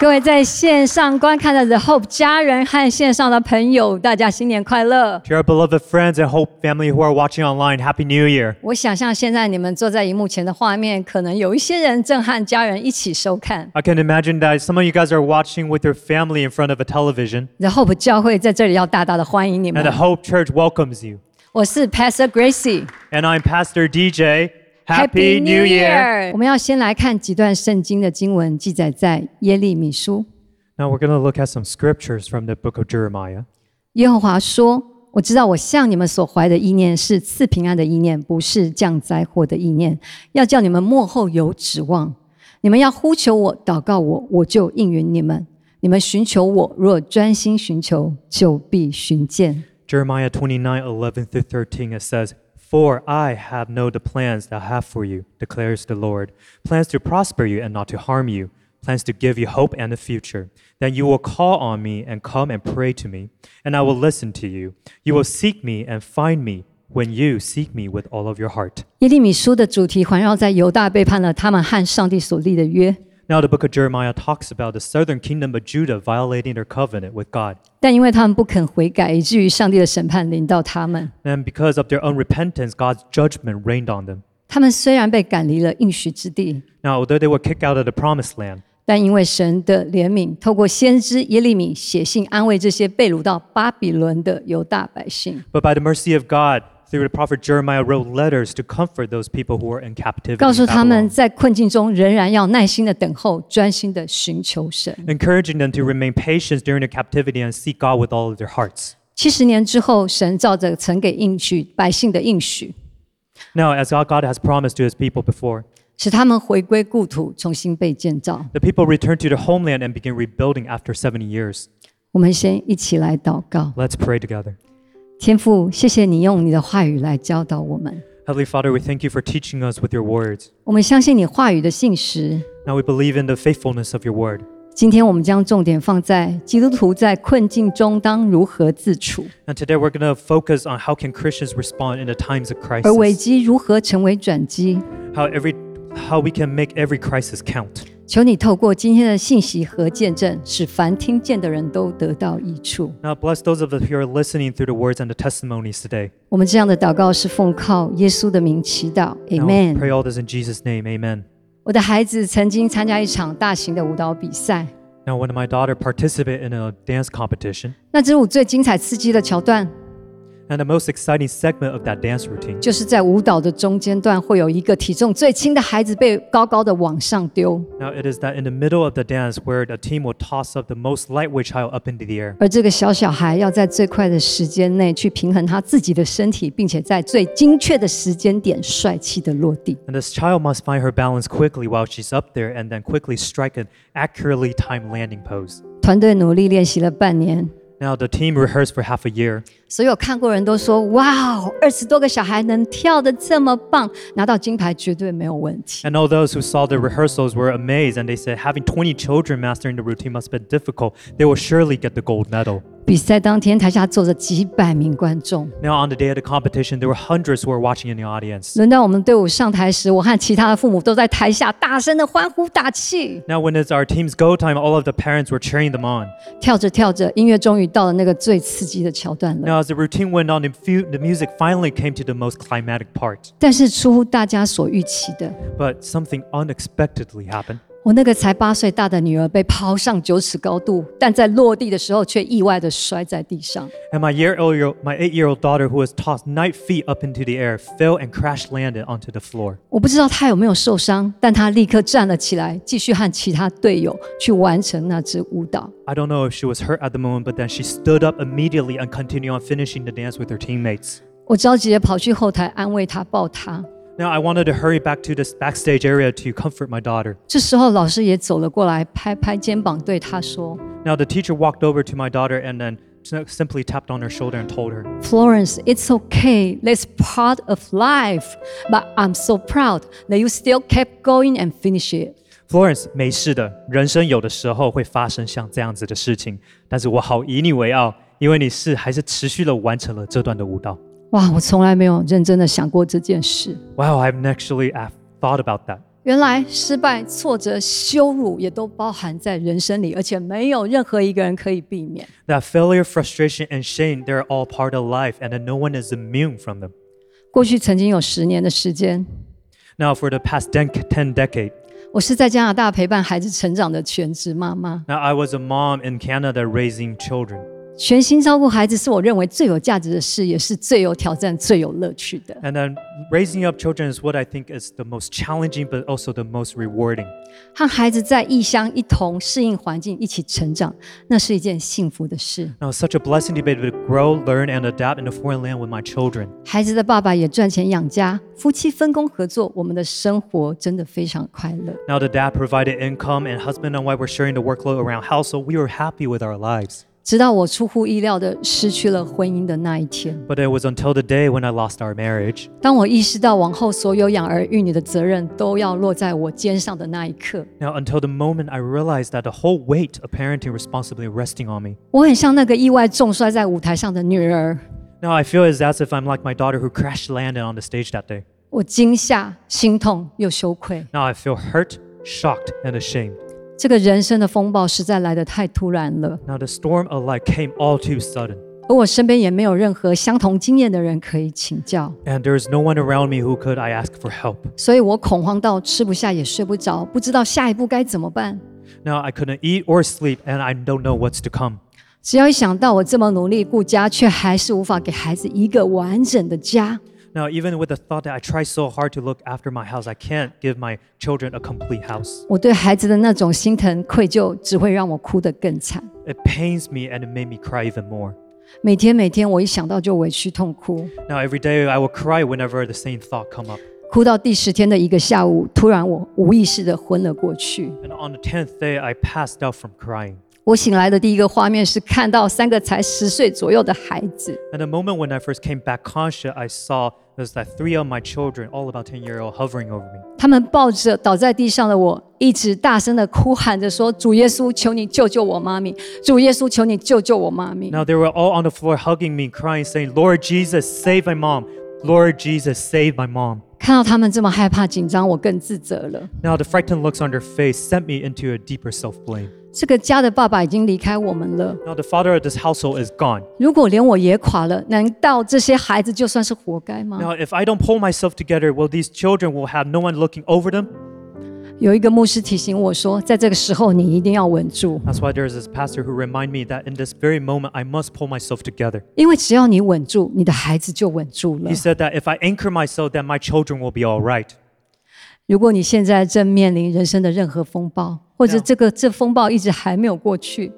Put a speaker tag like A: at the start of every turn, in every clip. A: 各位在线上观看的 The Hope 家人和线上的朋友，大家新年快乐！
B: To our beloved friends and Hope family who are watching online, Happy New Year.
A: 我想象现在你们坐在荧幕前的画面，可能有一些人正和家人一起收看。
B: I can imagine that some of you guys are watching with your family in front of a television,
A: The Hope 教会在这里要大大的欢迎你
B: and the
A: 们。
B: Hope Church welcomes you.
A: 我是 Pastor Gracie。
B: And I'm Pastor DJ. Happy New Year.
A: 我们要先来看几段圣经的经文，记载在耶利米书。
B: Now we're going to look at some scriptures from the book of Jeremiah.
A: 耶和华说：“我知道我向你们所怀的意念是赐平安的意念，不是降灾祸的意念，要叫你们幕后有指望。你们要呼求我，祷告我，我就应允你们。你们寻求我，若专心寻求，就必寻见。
B: Jeremiah 29, 11 through 13, it says, For I have know the plans that I have for you, declares the Lord. Plans to prosper you and not to harm you. Plans to give you hope and a future. Then you will call on me and come and pray to me, and I will listen to you. You will seek me and find me when you seek me with all of your heart. ”
A: 耶利米书的主题环绕在犹大背叛了他们和上帝所立的约，
B: Now, the book of Jeremiah talks about the southern kingdom of Judah violating their covenant with God.
A: 但因为他们不肯悔改，以至于上帝的审判临到他们。
B: And because of their unrepentance, God's judgment rained on them.
A: 他们虽然被赶离了应许之地，
B: Now, although they were kicked out of the promised land,
A: 但因为神的怜悯，透过先知耶利米写信安慰这些被掳到巴比伦的犹大百姓，
B: But by the mercy of God, through the prophet Jeremiah, wrote letters to comfort those people who were in captivity.
A: 告诉
B: in
A: 他们
B: Babylon,
A: 在困境中仍然要耐心的等候，专心的寻求神。
B: encouraging them to remain patient during their captivity and seek God with all of their hearts.
A: 七十年之后，神照着曾给应许百姓的应许，
B: Now, as God God has promised to his people before,
A: 使他们回归故土，重新被建造。
B: the people return to their homeland and begin rebuilding after 70 years.
A: 我们先一起来祷告，
B: Let's pray together.
A: 天父，谢谢你用你的话语来教导我们。
B: Heavenly Father, we thank you for teaching us with your words.
A: 我们相信你话语的信实，
B: Now we believe in the faithfulness of your word.
A: 今天我们将重点放在基督徒在困境中当如何自处，
B: And today we're going to focus on how can Christians respond in the times of
A: 而危
B: crisis,
A: 机如何成为转机。
B: how every how we can make every crisis count.
A: 求你透过今天的信息和见证，使凡听见的人都得到益处。
B: Now bless those of us who are listening through the words and the testimonies today.
A: 我们这样的祷告是奉靠耶稣的名祈祷
B: Now
A: ，Amen。
B: pray all this in Jesus' name. Amen.
A: 我的孩子曾经参加一场大型的舞蹈比赛，
B: Now, when my daughter participated in a dance competition,
A: 那支舞最精彩刺激的桥段，
B: and the most exciting segment of that dance routine
A: 就是在舞蹈的中间段会有一个体重最轻的孩子被高高的往上丢，
B: now it is that in the middle of the dance where the team will toss up the most lightweight child up into the air,
A: 而这个小小孩要在最快的时间内去平衡他自己的身体，并且在最精确的时间点帅气的落地。
B: and this child must find her balance quickly while she's up there, and then quickly strike an accurately timed landing pose.
A: 团队努力练习了半年，
B: Now the team rehearsed for half a year.
A: 所有看过人都说：“哇哦，二十多个小孩能跳得这么棒，拿到金牌绝对没有问题。
B: And all those who saw the rehearsals were amazed, and they said having 20 children mastering the routine must have been difficult. They will surely get the gold medal. ”
A: 比赛当天，台下坐着几百名观众。
B: Now, on the day of the competition, there were hundreds who were watching in the audience.
A: 轮到我们队伍上台时，我和其他的父母都在台下大声的欢呼打气。
B: Now, when it's our team's go time, all of the parents were cheering them on.
A: 跳着跳着，音乐终于到了那个最刺激的桥段了。
B: Now, as the routine went on, the, fu- the music finally came to the most climatic part.
A: 但是出乎大家所预期的，
B: But something unexpectedly happened.
A: 我那个才八岁大的女儿被抛上九尺高度，但在落地的时候却意外地摔在地上。
B: And my, year old, my eight year old daughter, who was tossed nine feet up into the air, fell and crash landed onto the floor.
A: 我不知道她有没有受伤，但她立刻站了起来，继续和其他队友去完成那支舞蹈。
B: I don't know if she was hurt at the moment, but then she stood up immediately and continued on finishing the dance with her teammates.
A: 我着急地跑去后台安慰她、抱她。
B: Now, I wanted to hurry back to this backstage area to comfort my daughter.
A: 这时候，老师也走了过来，拍拍肩膀，对她说
B: Now, the teacher walked over to my daughter and then s- simply tapped on her shoulder and told her,
A: ：“Florence, it's okay. That's part of life. But I'm so proud that you still kept going and finish it.”
B: Florence，没事的，人生有的时候会发生像这样子的事情，但是我好以你为傲，因为你是还是持续的完成了这段的舞蹈。
A: 哇，我从来没有认真的想过这件事。
B: Wow, I've actually I've thought about that.
A: 原来失败、挫折、羞辱也都包含在人生里，而且没有任何一个人可以避免。
B: That failure, frustration, and shame, they're all part of life, and that no one is immune from them.
A: 过去曾经有十年的时间，
B: Now, for the past 10, 10 decade,
A: 我是在加拿大陪伴孩子成长的全职妈妈，
B: now I was a mom in Canada raising children,
A: 全心照顾孩子是我认为最有价值的事，也是最有挑战、最有乐趣的。
B: and then raising up children is what I think is the most challenging, but also the most rewarding.
A: 和孩子在异乡一同适应环境，一起成长，那是一件幸福的事。
B: Now, it's such a blessing to be able to grow, learn, and adapt in a foreign land with my children.
A: 孩子的爸爸也赚钱养家，夫妻分工合作，我们的生活真的非常快乐。
B: Now the dad provided income and husband and wife were sharing the workload around house, so we were happy with our lives.
A: 直到我出乎意料地失去了婚姻的那一天，
B: But it was until the day when I lost our marriage.
A: 当我意识到往后所有养儿育女的责任都要落在我肩上的那一刻，
B: Now until the moment I realized that the whole weight of parenting responsibility resting on me.
A: 我很像那个意外重摔在舞台上的女儿，
B: Now I feel as as if I'm like my daughter who crash landed on the stage that day.
A: 我惊吓、心痛又羞愧。
B: Now I feel hurt, shocked, and ashamed.
A: 这个人生的风暴实在来得太突然了，
B: Now the storm of life came all too sudden,
A: 而我身边也没有任何相同经验的人可以请教，
B: and there is no one around me who could I ask for help.
A: 所以我恐慌到吃不下也睡不着，不知道下一步该怎么办。
B: Now I couldn't eat or sleep, and I don't know what's to come.
A: 只要一想到我这么努力顾家，却还是无法给孩子一个完整的家，
B: Now, even with the thought that I try so hard to look after my house, I can't give my children a complete house.
A: 我对孩子的那种心疼、愧疚，只会让我哭得更惨。
B: It pains me and it made me cry even more.
A: 每天每天，我一想到就委屈痛哭，
B: Now, every day I will cry whenever the same thought come up.
A: 哭到第十天的一个下午，突然我无意识地昏了过去。
B: And on the 10th day, I passed out from crying.
A: 我醒来的第一个画面是看到三个才十岁左右的孩子，
B: And the moment when I first came back conscious, I saw was that three of my children, all about 10 year old, hovering over me.
A: 他们抱着倒在地上的我，一直大声地哭喊着说：“主耶稣，求你救救我妈咪！主耶稣，求你救救我妈咪！”
B: Now, they were all on the floor hugging me, crying, saying, Lord Jesus, save my mom. Lord Jesus, save my mom.
A: 看到他们这么害怕紧张，我更自责了。
B: Now, the frightened looks on their face sent me into a deeper self blame.
A: 这个家的爸爸已经离开我们了，
B: Now, the father of this household is gone.
A: 如果连我也垮了，难道这些孩子就算是活该吗？
B: Now, if I don't pull myself together, well, these children will have no one looking over them.
A: 有一个牧师提醒我说，在这个时候你一定要稳住，
B: That's why there's this pastor who reminded me that in this very moment, I must pull myself together.
A: 因为只要你稳住，你的孩子就稳住了
B: He。said that if I anchor myself, then my children will be all right.
A: 如果你现在正面临人生的任何风暴，或者
B: Yeah.
A: 这个这风暴一直还没有过去，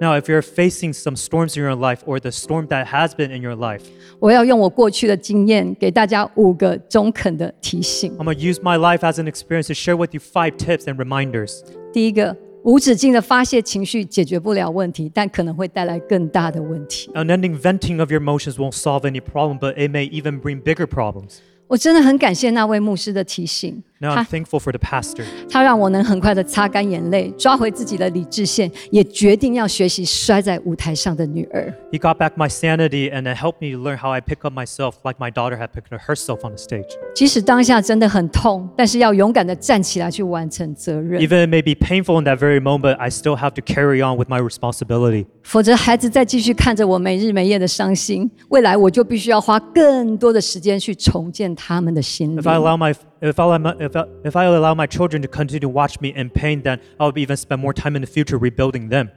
B: Now, if you're facing some storms in your life or the storm that has been in your life,
A: 我要用我过去的经验给大家五个中肯的提醒。
B: I'm going to use my life as an experience to share with you five tips and reminders.
A: 第一个，无止境的发泄情绪解决不了问题，但可能会带来更大的问题。
B: Unending venting of your emotions won't solve any problem, but it may even bring bigger problems.
A: 我真的很感谢那位牧师的提醒，
B: Now, I'm
A: 他
B: thankful for the pastor.
A: 他让我能很快的擦干眼泪，抓回自己的理智线，也决定要学习摔在舞台上的女儿。
B: He got back my sanity and it helped me learn how I pick up myself like my daughter had picked up herself on the stage.
A: 即使当下真的很痛，但是要勇敢的站起来去完成责任，
B: Even it may be painful in that very moment, I still have to carry on with my responsibility.
A: 否则孩子再继续看着我没日没夜的伤心，未来我就必须要花更多的时间去重建他们的心
B: If I
A: 灵。
B: allow my if I allow my, if I, if I allow my children to continue to watch me in pain, then I'll even spend more time in the future rebuilding them.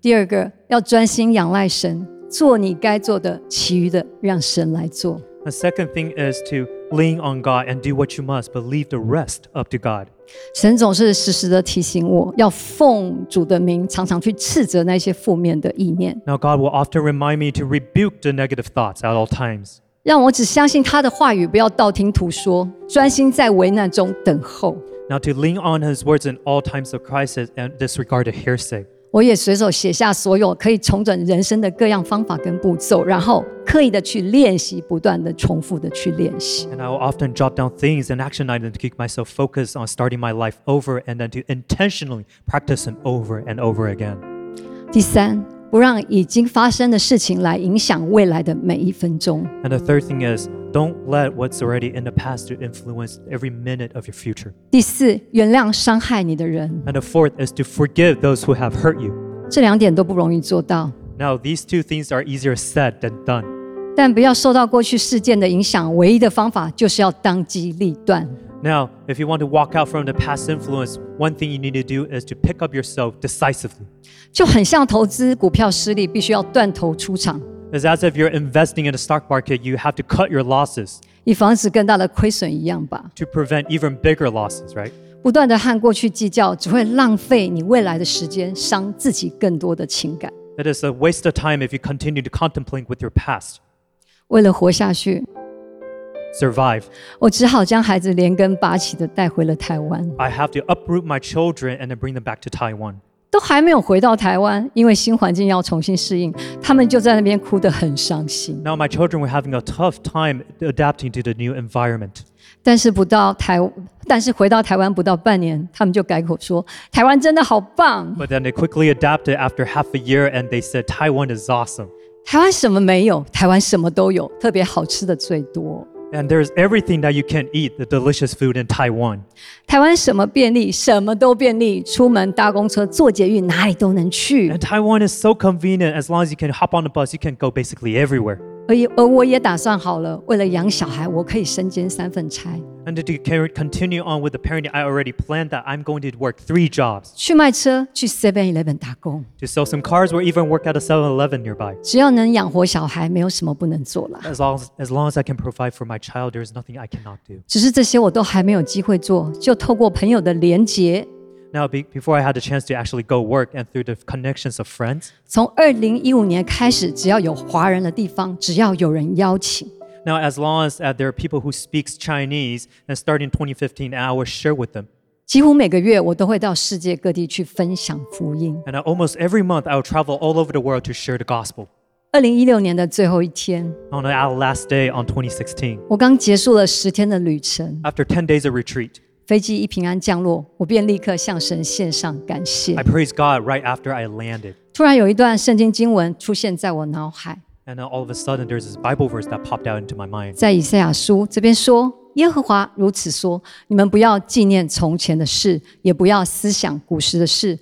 A: 第二个，要专心仰赖神，做你该做的，其余的让神来做。
B: The second thing is to lean on God and do what you must, but leave the rest up to God.
A: 神总是时时的提醒我要奉主的名，常常去斥责那些负面的意念，
B: Now God will often remind me to rebuke the negative thoughts at all times.
A: 让我只相信他的话语，不要道听途说，专心在危难中等候。
B: Now to lean on his words in all times of crisis and disregard the hearsay.
A: 我也随手写下所有可以重整人生的各样方法跟步骤，然后刻意的去练习，不断的重复的去练习。
B: And I will often jot down things and action items to keep myself focused on starting my life over and then to intentionally practice them over and over again.
A: 第三，不让已经发生的事情来影响未来的每一分钟。
B: And the third thing is Don't let what's already in the past to influence every minute of your future.
A: 第四，原谅伤害你的人，
B: And the fourth is to forgive those who have hurt you.
A: 这两点都不容易做到，
B: Now, these two things are easier said than done.
A: 但不要受到过去事件的影响。唯一的方法就是要当机立断。
B: Now, if you want to walk out from the past influence, one thing you need to do is to pick up yourself decisively.
A: 就很像投资股票失利，必须要断头出场，
B: It's as if you're investing in the stock market, you have to cut your losses
A: 以防止更大的亏损一样吧。
B: to prevent even bigger losses, right?
A: 不断的和过去计较，只会浪费你未来的时间，伤自己更多的情感。
B: It is a waste of time if you continue to contemplate with your past.
A: 为了活下去，
B: Survive.
A: 我只好将孩子连根拔起的带回了台湾。
B: I have to uproot my children and then bring them back to Taiwan.
A: 都还没有回到台湾，因为新环境要重新适应，他们就在那边哭得很伤心。
B: Now, my children were having a tough time adapting to the new environment.
A: 但是不到台，但是回到台湾不到半年，他们就改口说台湾真的好棒，
B: But then they quickly adapted after half a year and they said, Taiwan is awesome.
A: 台湾什么没有，台湾什么都有，特别好吃的最多。
B: And there's everything that you can eat, the delicious food in Taiwan.
A: 台湾什么便利，什么都便利，出门搭公车、坐捷运，哪里都能去
B: And。Taiwan is so convenient. As long as you can hop on the bus, you can go basically everywhere.
A: 而也而我也打算好了，为了养小孩，我可以身兼三份差，
B: And to car- continue on with the parenting, I already planned that I'm going to work three jobs
A: 去卖车，去 Seven Eleven 打工，
B: to sell some cars or even work at a 7 Eleven nearby.
A: 只要能养活小孩，没有什么不能做啦。
B: As long as, as long as I can provide for my child, there is nothing I cannot do.
A: 只是这些我都还没有机会做，就透过朋友的连结，
B: Now, be, before I had the chance to actually go work and through the connections of friends,
A: 从二零一五年开始，只要有华人的地方，只要有人邀请，
B: now as long as uh, there are people who speaks Chinese, and starting 2015, I will share with them.
A: 几乎每个月我都会到世界各地去分享福音。
B: And I, almost every month, I will travel all over the world to share the gospel.
A: 二零一六年的最后一天，
B: On our last day on 2016,
A: 我刚结束了十天的旅程，
B: after 10 days of retreat,
A: 飞机一平安降落，我便立刻向神献上感谢
B: I。praised God right after I landed.
A: 突然有一段圣经经文出现在我脑海，
B: And then all of a sudden, there's this Bible verse that popped out into my mind.
A: 在以赛亚书这边说：“耶和华如此说，你们不要纪念从前的事，也不要思想古时的事。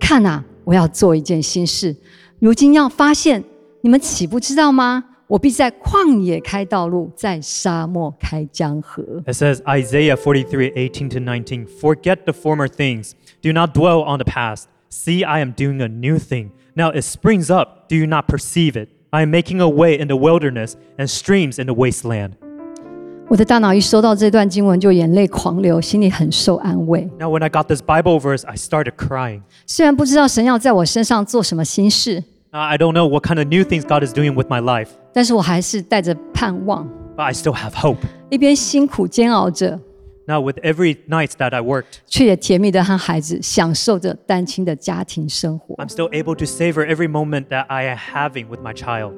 A: 看啊，我要做一件新事，如今要发现，你们岂不知道吗？我必在旷野开道路，在沙漠开江河。
B: It says Isaiah 43 18 to 19 Forget the former things, do not dwell on the past. See, I am doing a new thing. Now it springs up, do you not perceive it? I am making a way in the wilderness and streams in the wasteland. ”
A: 我的大脑一收到这段经文，就眼泪狂流，心里很受安慰。
B: Now, when I got this Bible verse, I started crying.
A: 虽然不知道神要在我身上做什么新事，
B: I I don't know what kind of new things God is doing with my life,
A: 但是我还是带着盼望，
B: but I still have hope.
A: 一边辛苦煎熬着，
B: Now, with every night that I worked,
A: 却也甜蜜的和孩子享受着单亲的家庭生活。
B: I'm still able to savor every moment that I am having with my child.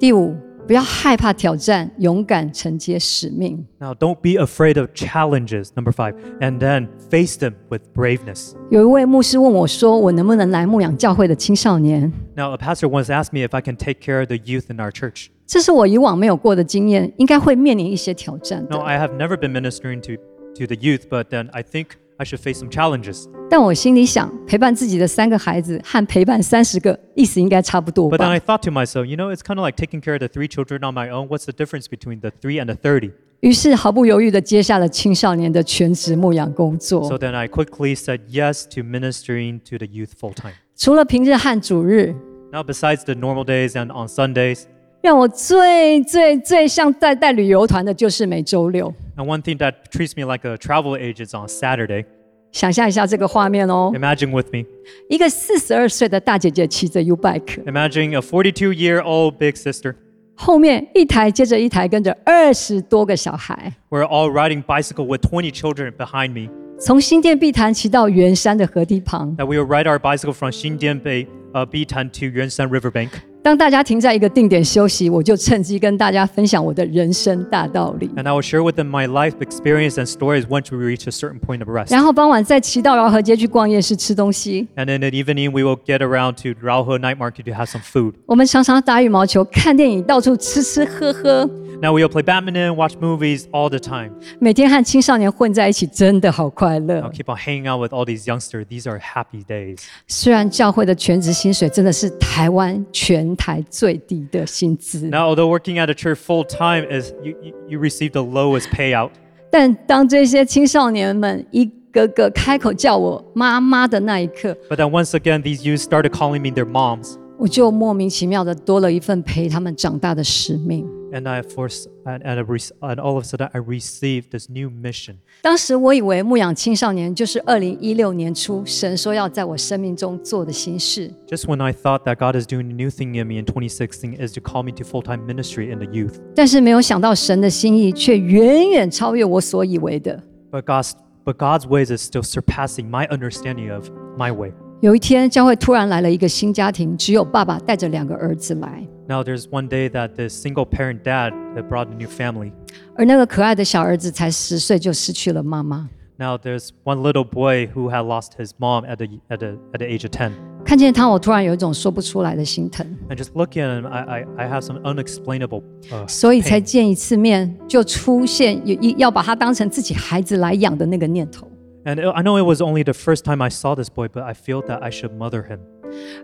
A: 第五，不要害怕挑战，勇敢承接使命。
B: Now, don't be afraid of challenges, number five, and then face them with braveness.
A: 有一位牧师问我说：“我能不能来牧养教会的青少年
B: Now, a pastor once asked me if I can take care of the youth in our church.？”
A: 这是我以往没有过的经验，应该会面临一些挑战
B: Now,
A: 的。
B: I have never been ministering to, to the youth, but then I think I should face some challenges.
A: 但我心里想，陪伴自己的三个孩子和陪伴三十个，意思应该差不多
B: But then
A: 吧
B: I。thought to myself, you know, it's kind of like taking care of the three children on my own. What's the difference between the three and the 30?
A: 于是毫不犹豫地接下了青少年的全职牧养工
B: So
A: 作。
B: then I quickly said yes to ministering to the youth full time.
A: 除了平日和主日，
B: Now, besides the normal days and on Sundays,
A: 让我最最最像在带旅游团的就是每周六。
B: and one thing that treats me like a travel agent is on Saturday,
A: 想象一下这个画面哦，
B: imagine with me,
A: 一个四十二岁的大姐姐骑着 U bike，
B: Imagine a 42 year old big sister.
A: 后面一台接着一台跟着二十多个小孩，
B: We're all riding bicycle with 20 children behind me.
A: 从新店碧潭骑到圆山的河堤旁。
B: That we will ride our bicycle from Xindian Bay, uh, Bitan to Yuansan Riverbank.
A: 当大家停在一个定点休息，我就趁机跟大家分享我的人生大道理。
B: And I will share with them my life experience and stories once we reach a certain point of rest.
A: 然后傍晚再骑到饶河街去逛夜市吃东西。
B: And in the evening, we will get around to Raohe Night Market to have some food.
A: 我们常常打羽毛球、看电影，到处吃吃喝喝。
B: Now we all play badminton, watch movies all the time.
A: 每天和青少年混在一起真的好快
B: Now
A: 乐。
B: keep on hanging out with all these youngsters. These are happy days.
A: 虽然教会的全职薪水真的是台湾全台最低的薪资，
B: Now, although working at a church full time is you, you, you receive the lowest payout.
A: 但当这些青少年们一个个开口叫我妈妈的那一刻，
B: But then once again, these youth started calling me their moms,
A: 我就莫名其妙的多了一份陪他们长大的使命。
B: and I forced and, and, I re- and all of a sudden I received this new mission.
A: 当时我以为牧养青少年就是二零一六年初神说要在我生命中做的新事，
B: Just when I thought that God is doing a new thing in me in 2016 is to call me to full time ministry in the youth.
A: 但是没有想到神的心意却远远超越我所以为的。
B: But God's but God's ways is still surpassing my understanding of my way.
A: 有一天，教会突然来了一个新家庭，只有爸爸带着两个儿子来，
B: Now there's one day that this single parent dad that brought a new family.
A: 而那个可爱的小儿子才十岁就失去了妈妈。
B: Now there's one little boy who had lost his mom at the at the at the age of ten.
A: 看见他，我突然有一种说不出来的心疼，
B: And just looking at him, I I, I have some unexplainable. Uh,
A: 所以
B: pain.
A: 才见一次面就出现有一要把他当成自己孩子来养的那个念头。
B: And I know it was only the first time I saw this boy, but I feel that I should mother him.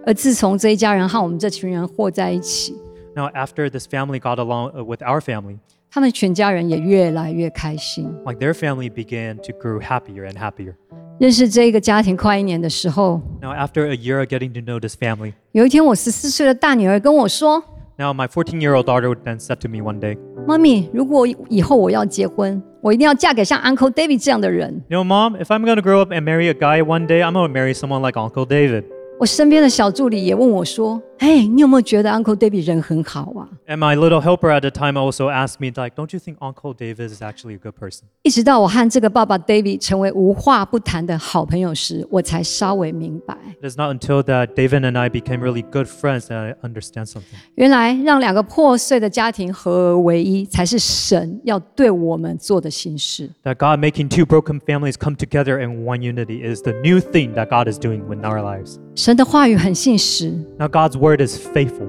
A: 而自从这一家人和我们这群人和在一起，
B: Now after this family got along uh, with our family,
A: 他们全家人也越来越开心。
B: like their family began to grow happier and happier.
A: 认识这个家庭快一年的时候，
B: Now after a year of getting to know this family,
A: 有一天我十四岁的大女儿跟我说
B: now my 14-year-old daughter then said to me one day,：“
A: 妈咪，如果以后我要结婚，我一定要嫁给像 Uncle David 这样的人。
B: You know, mom, if I'm gonna grow up and marry a guy one day, I'm gonna marry someone like Uncle David. ”
A: 我身边的小助理也问我说：“嘿，你有没有觉得 Uncle David 人很好啊
B: And my little helper at the time also asked me, like, don't you think Uncle David is actually a good person?？”
A: 一直到我和这个爸爸 David 成为无话不谈的好朋友时，我才稍微明白，
B: It is not until that David and I became really good friends that I understand something.
A: 原来让两个破碎的家庭合而为一，才是神要对我们做的心事。
B: That God making two broken families come together in one unity is the new thing that God is doing in our lives.
A: 神的话语很信实，
B: Now, God's word is faithful.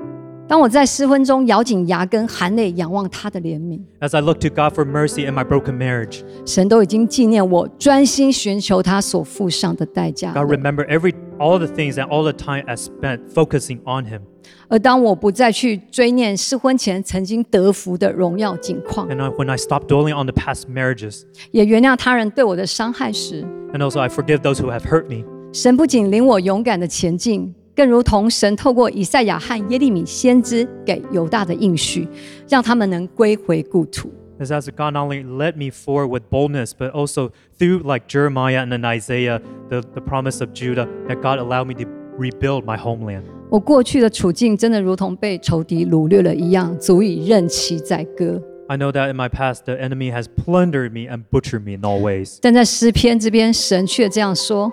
A: 当我在失婚中咬紧牙根，含泪仰望他的怜悯，
B: As I look to God for mercy in my broken marriage,
A: 神都已经纪念我专心寻求他所付上的代价
B: God
A: 了。
B: remember every all the things and all the time I spent focusing on Him.
A: 而当我不再去追念失婚前曾经得福的荣耀景况，
B: And I, when I stop dwelling on the past marriages,
A: 也原谅他人对我的伤害时，
B: and also I forgive those who have hurt me.
A: 神不仅领我勇敢的前进，更如同神透过以赛亚和耶利米先知给犹大的应许，让他们能归回故土。
B: Is as God not only led me forward with boldness, but also through like Jeremiah and then Isaiah, the, the promise of Judah, that God allowed me to rebuild my homeland.
A: 我过去的处境真的如同被仇敌掳掠了一样，足以任其宰割。
B: I know that in my past the enemy has plundered me and butchered me in all ways.
A: 但在诗篇这边，神却这样说：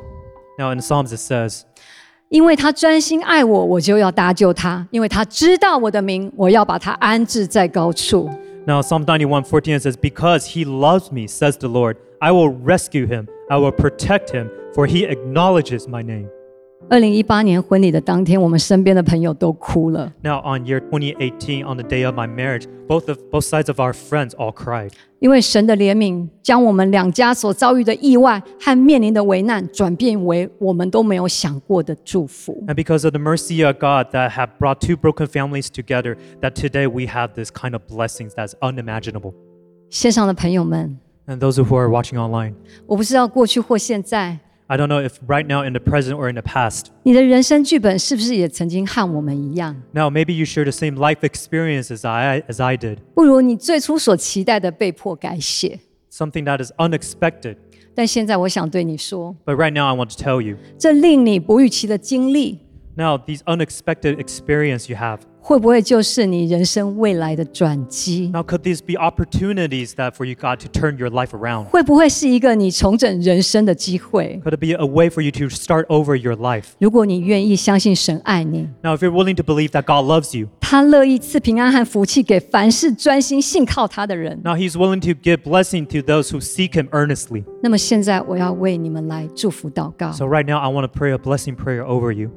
B: Now in Psalms it says,
A: 因为他专心爱我，我就要搭救他；因为他知道我的名，我要把他安置在高处。
B: now Psalm 91, 14 it says, Because he loves me, says the Lord, I will rescue him, I will protect him, for he acknowledges my name.
A: 二零一八年婚礼的当天，我们身边的朋友都哭了。
B: Now on year 2018, on the day of my marriage, both of both sides of our friends all cried.
A: 因为神的怜悯，将我们两家所遭遇的意外和面临的危难，转变为我们都没有想过的祝福。
B: And because of the mercy of God that have brought two broken families together, that today we have this kind of blessings that's unimaginable.
A: 线上的朋友们，
B: And those who are watching online,
A: 我不知道过去或现在，
B: I don't know if right now in the present or in the past.
A: 你的人生剧本是不是也曾经和我们一样，
B: Now maybe you share the same life experience as I as I did.
A: 不如你最初所期待的被迫改写？
B: Something that is unexpected.
A: 但现在我想对你说，
B: But right now I want to tell you.
A: 这令你不预期的经历，
B: Now these unexpected experience you have.
A: 会不会就是你人生未来的转机？
B: Now could these be opportunities that for you God to turn your life around?
A: 会不会是一个你重整人生的机会？
B: Could it be a way for you to start over your life?
A: 如果你愿意相信神爱你，
B: Now if you're willing to believe that God loves you,
A: 他乐意赐平安和福气给凡事专心信靠他的人。
B: Now he's willing to give blessing to those who seek him earnestly.
A: 那么现在，我要为你们来祝福祷告。Ah.
B: So right now I want to pray a blessing prayer over you.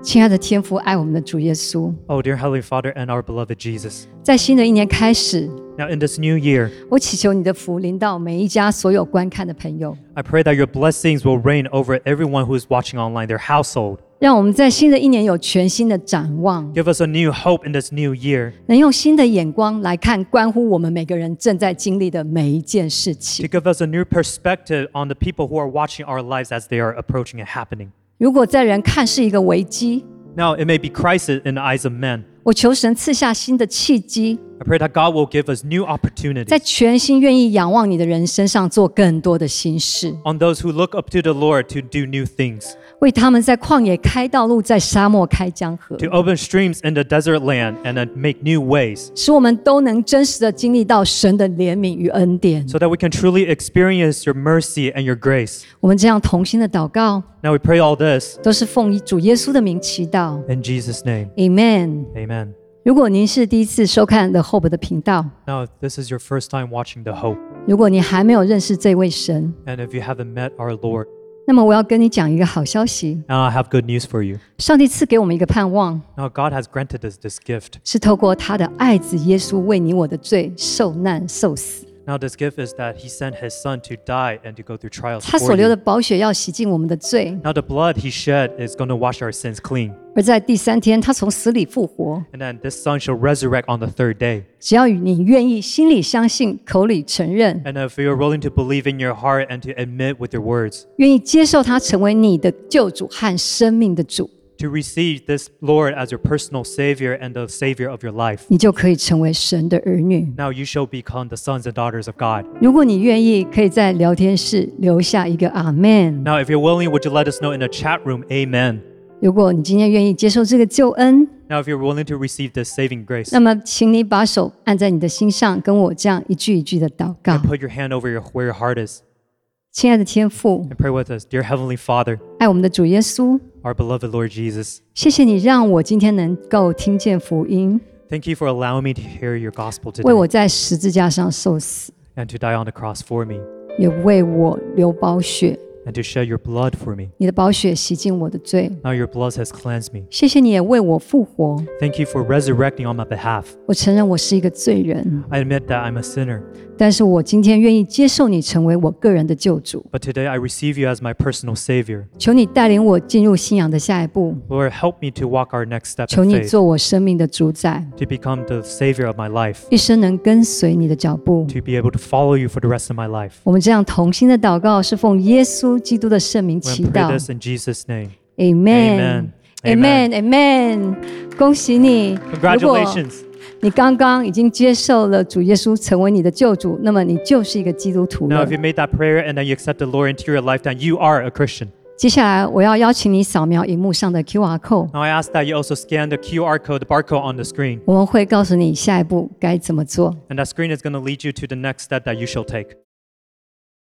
A: 亲爱的天父，爱我们的主耶稣，
B: Oh, dear Heavenly Father and our beloved Jesus.
A: 在新的一年开始，
B: Now, in this new year,
A: 我祈求你的福临到每一家所有观看的朋友，
B: I pray that your blessings will reign over everyone who is watching online, their household.
A: 让我们在新的一年有全新的展望，
B: Give us a new hope in this new year
A: 能用新的眼光来看关乎我们每个人正在经历的每一件事情
B: to。give us a new perspective on the people who are watching our lives as they are approaching and happening.
A: 如果在人看是一个危机，
B: Now, it may be crisis in the eyes of men.
A: 我求神赐下新的契机，
B: I pray that God will give us new
A: 在
B: opportunities
A: 全心愿意仰望你的人身上做更多的新事，
B: on those who look up to the Lord to do new things,
A: 为他们在旷野开道路，在沙漠开江河，
B: to open streams in the desert land and uh, make new ways
A: 使我们都能真实的经历到神的怜悯与恩典。
B: so that we can truly experience your mercy and your grace.
A: 我们这样同心的祷告，
B: Now, we pray all this
A: 都是奉主耶稣的名祈祷。
B: in Jesus' name.
A: Amen。
B: Amen.
A: 如果您是第一次收看 The Hope 的频道，
B: Now, if this is your first time watching The Hope,
A: 如果你还没有认识这位神，
B: and if you haven't met our Lord,
A: 那么我要跟你讲一个好消息：
B: now I have good news for you.
A: 上帝赐给我们一个盼望，
B: Now, God has granted us this gift.
A: 是透过他的爱子耶稣为你我的罪受难受死，
B: Now, this gift is that He sent His Son to die and to go through trials.
A: 他
B: For
A: 所流的
B: you.
A: 宝血要洗净我们的罪，
B: Now, the blood He shed is going to wash our sins clean.
A: 而在第三天他从死里复活。
B: And then this Son shall resurrect on the third day.
A: 只要你愿意，心里相信，口里承认，
B: And if you are willing to believe in your heart and to admit with your words,
A: 愿意接受他成为你的救主和生命的主，
B: to receive this Lord as your personal Savior and the Savior of your life,
A: 你就可以成为神的儿女。
B: now you shall become the sons and daughters of God.
A: 如果你愿意，可以在聊天室留下一个阿 man。
B: Now, if you're willing, would you let us know in the chat room, Amen?
A: 如果你今天愿意接受这个救恩，
B: Now, if you're willing to receive this saving grace,
A: 那么请你把手按在你的心上，跟我这样一句一句的祷告
B: and。put your hand over your, where your heart is
A: 亲爱的天父，
B: and pray with us. Dear Heavenly Father,
A: 爱我们的主耶稣，
B: our beloved Lord Jesus,
A: 谢谢你让我今天能够听见福音，
B: thank you for allowing me to hear your gospel today
A: 为我在十字架上受死，
B: and to die on the cross for me
A: 也为我流宝血。
B: and to shed your blood for me.
A: 你的宝血洗净我的罪，
B: Now, your blood has cleansed me.
A: 谢谢你也为我复活。
B: Thank you for resurrecting on my behalf.
A: 我承认我是一个罪人，
B: I admit that I'm a sinner,
A: 但是我今天愿意接受你成为我个人的救主。
B: but today I receive you as my personal Savior.
A: 求你带领我进入信仰的下一步，
B: Lord, help me to walk our next step
A: 求
B: in
A: 你
B: faith,
A: 做我生命的主宰，
B: to become the Savior of my life,
A: 一生能跟随你的脚步。
B: to be able to follow you for the rest of my life.
A: 我们这样同心的祷告，是奉耶稣基督的圣名
B: We
A: 祈
B: pray
A: 祷
B: this。in Jesus' name.
A: Amen。Amen.
B: Amen.
A: Amen。恭喜你！如果
B: Congratulations.
A: 你刚刚已经接受了主耶稣成为你的救主，那么你就是一个基督徒
B: Now,
A: 了
B: if。you made that prayer and then you accept the Lord into your life, then you are a Christian.
A: 接下来，我要邀请你扫描荧幕上的 QR code，
B: Now, I ask that you also scan the QR code, the barcode on the screen,
A: 我们会告诉你下一步该怎么做。
B: and that screen is going to lead you to the next step that you shall take.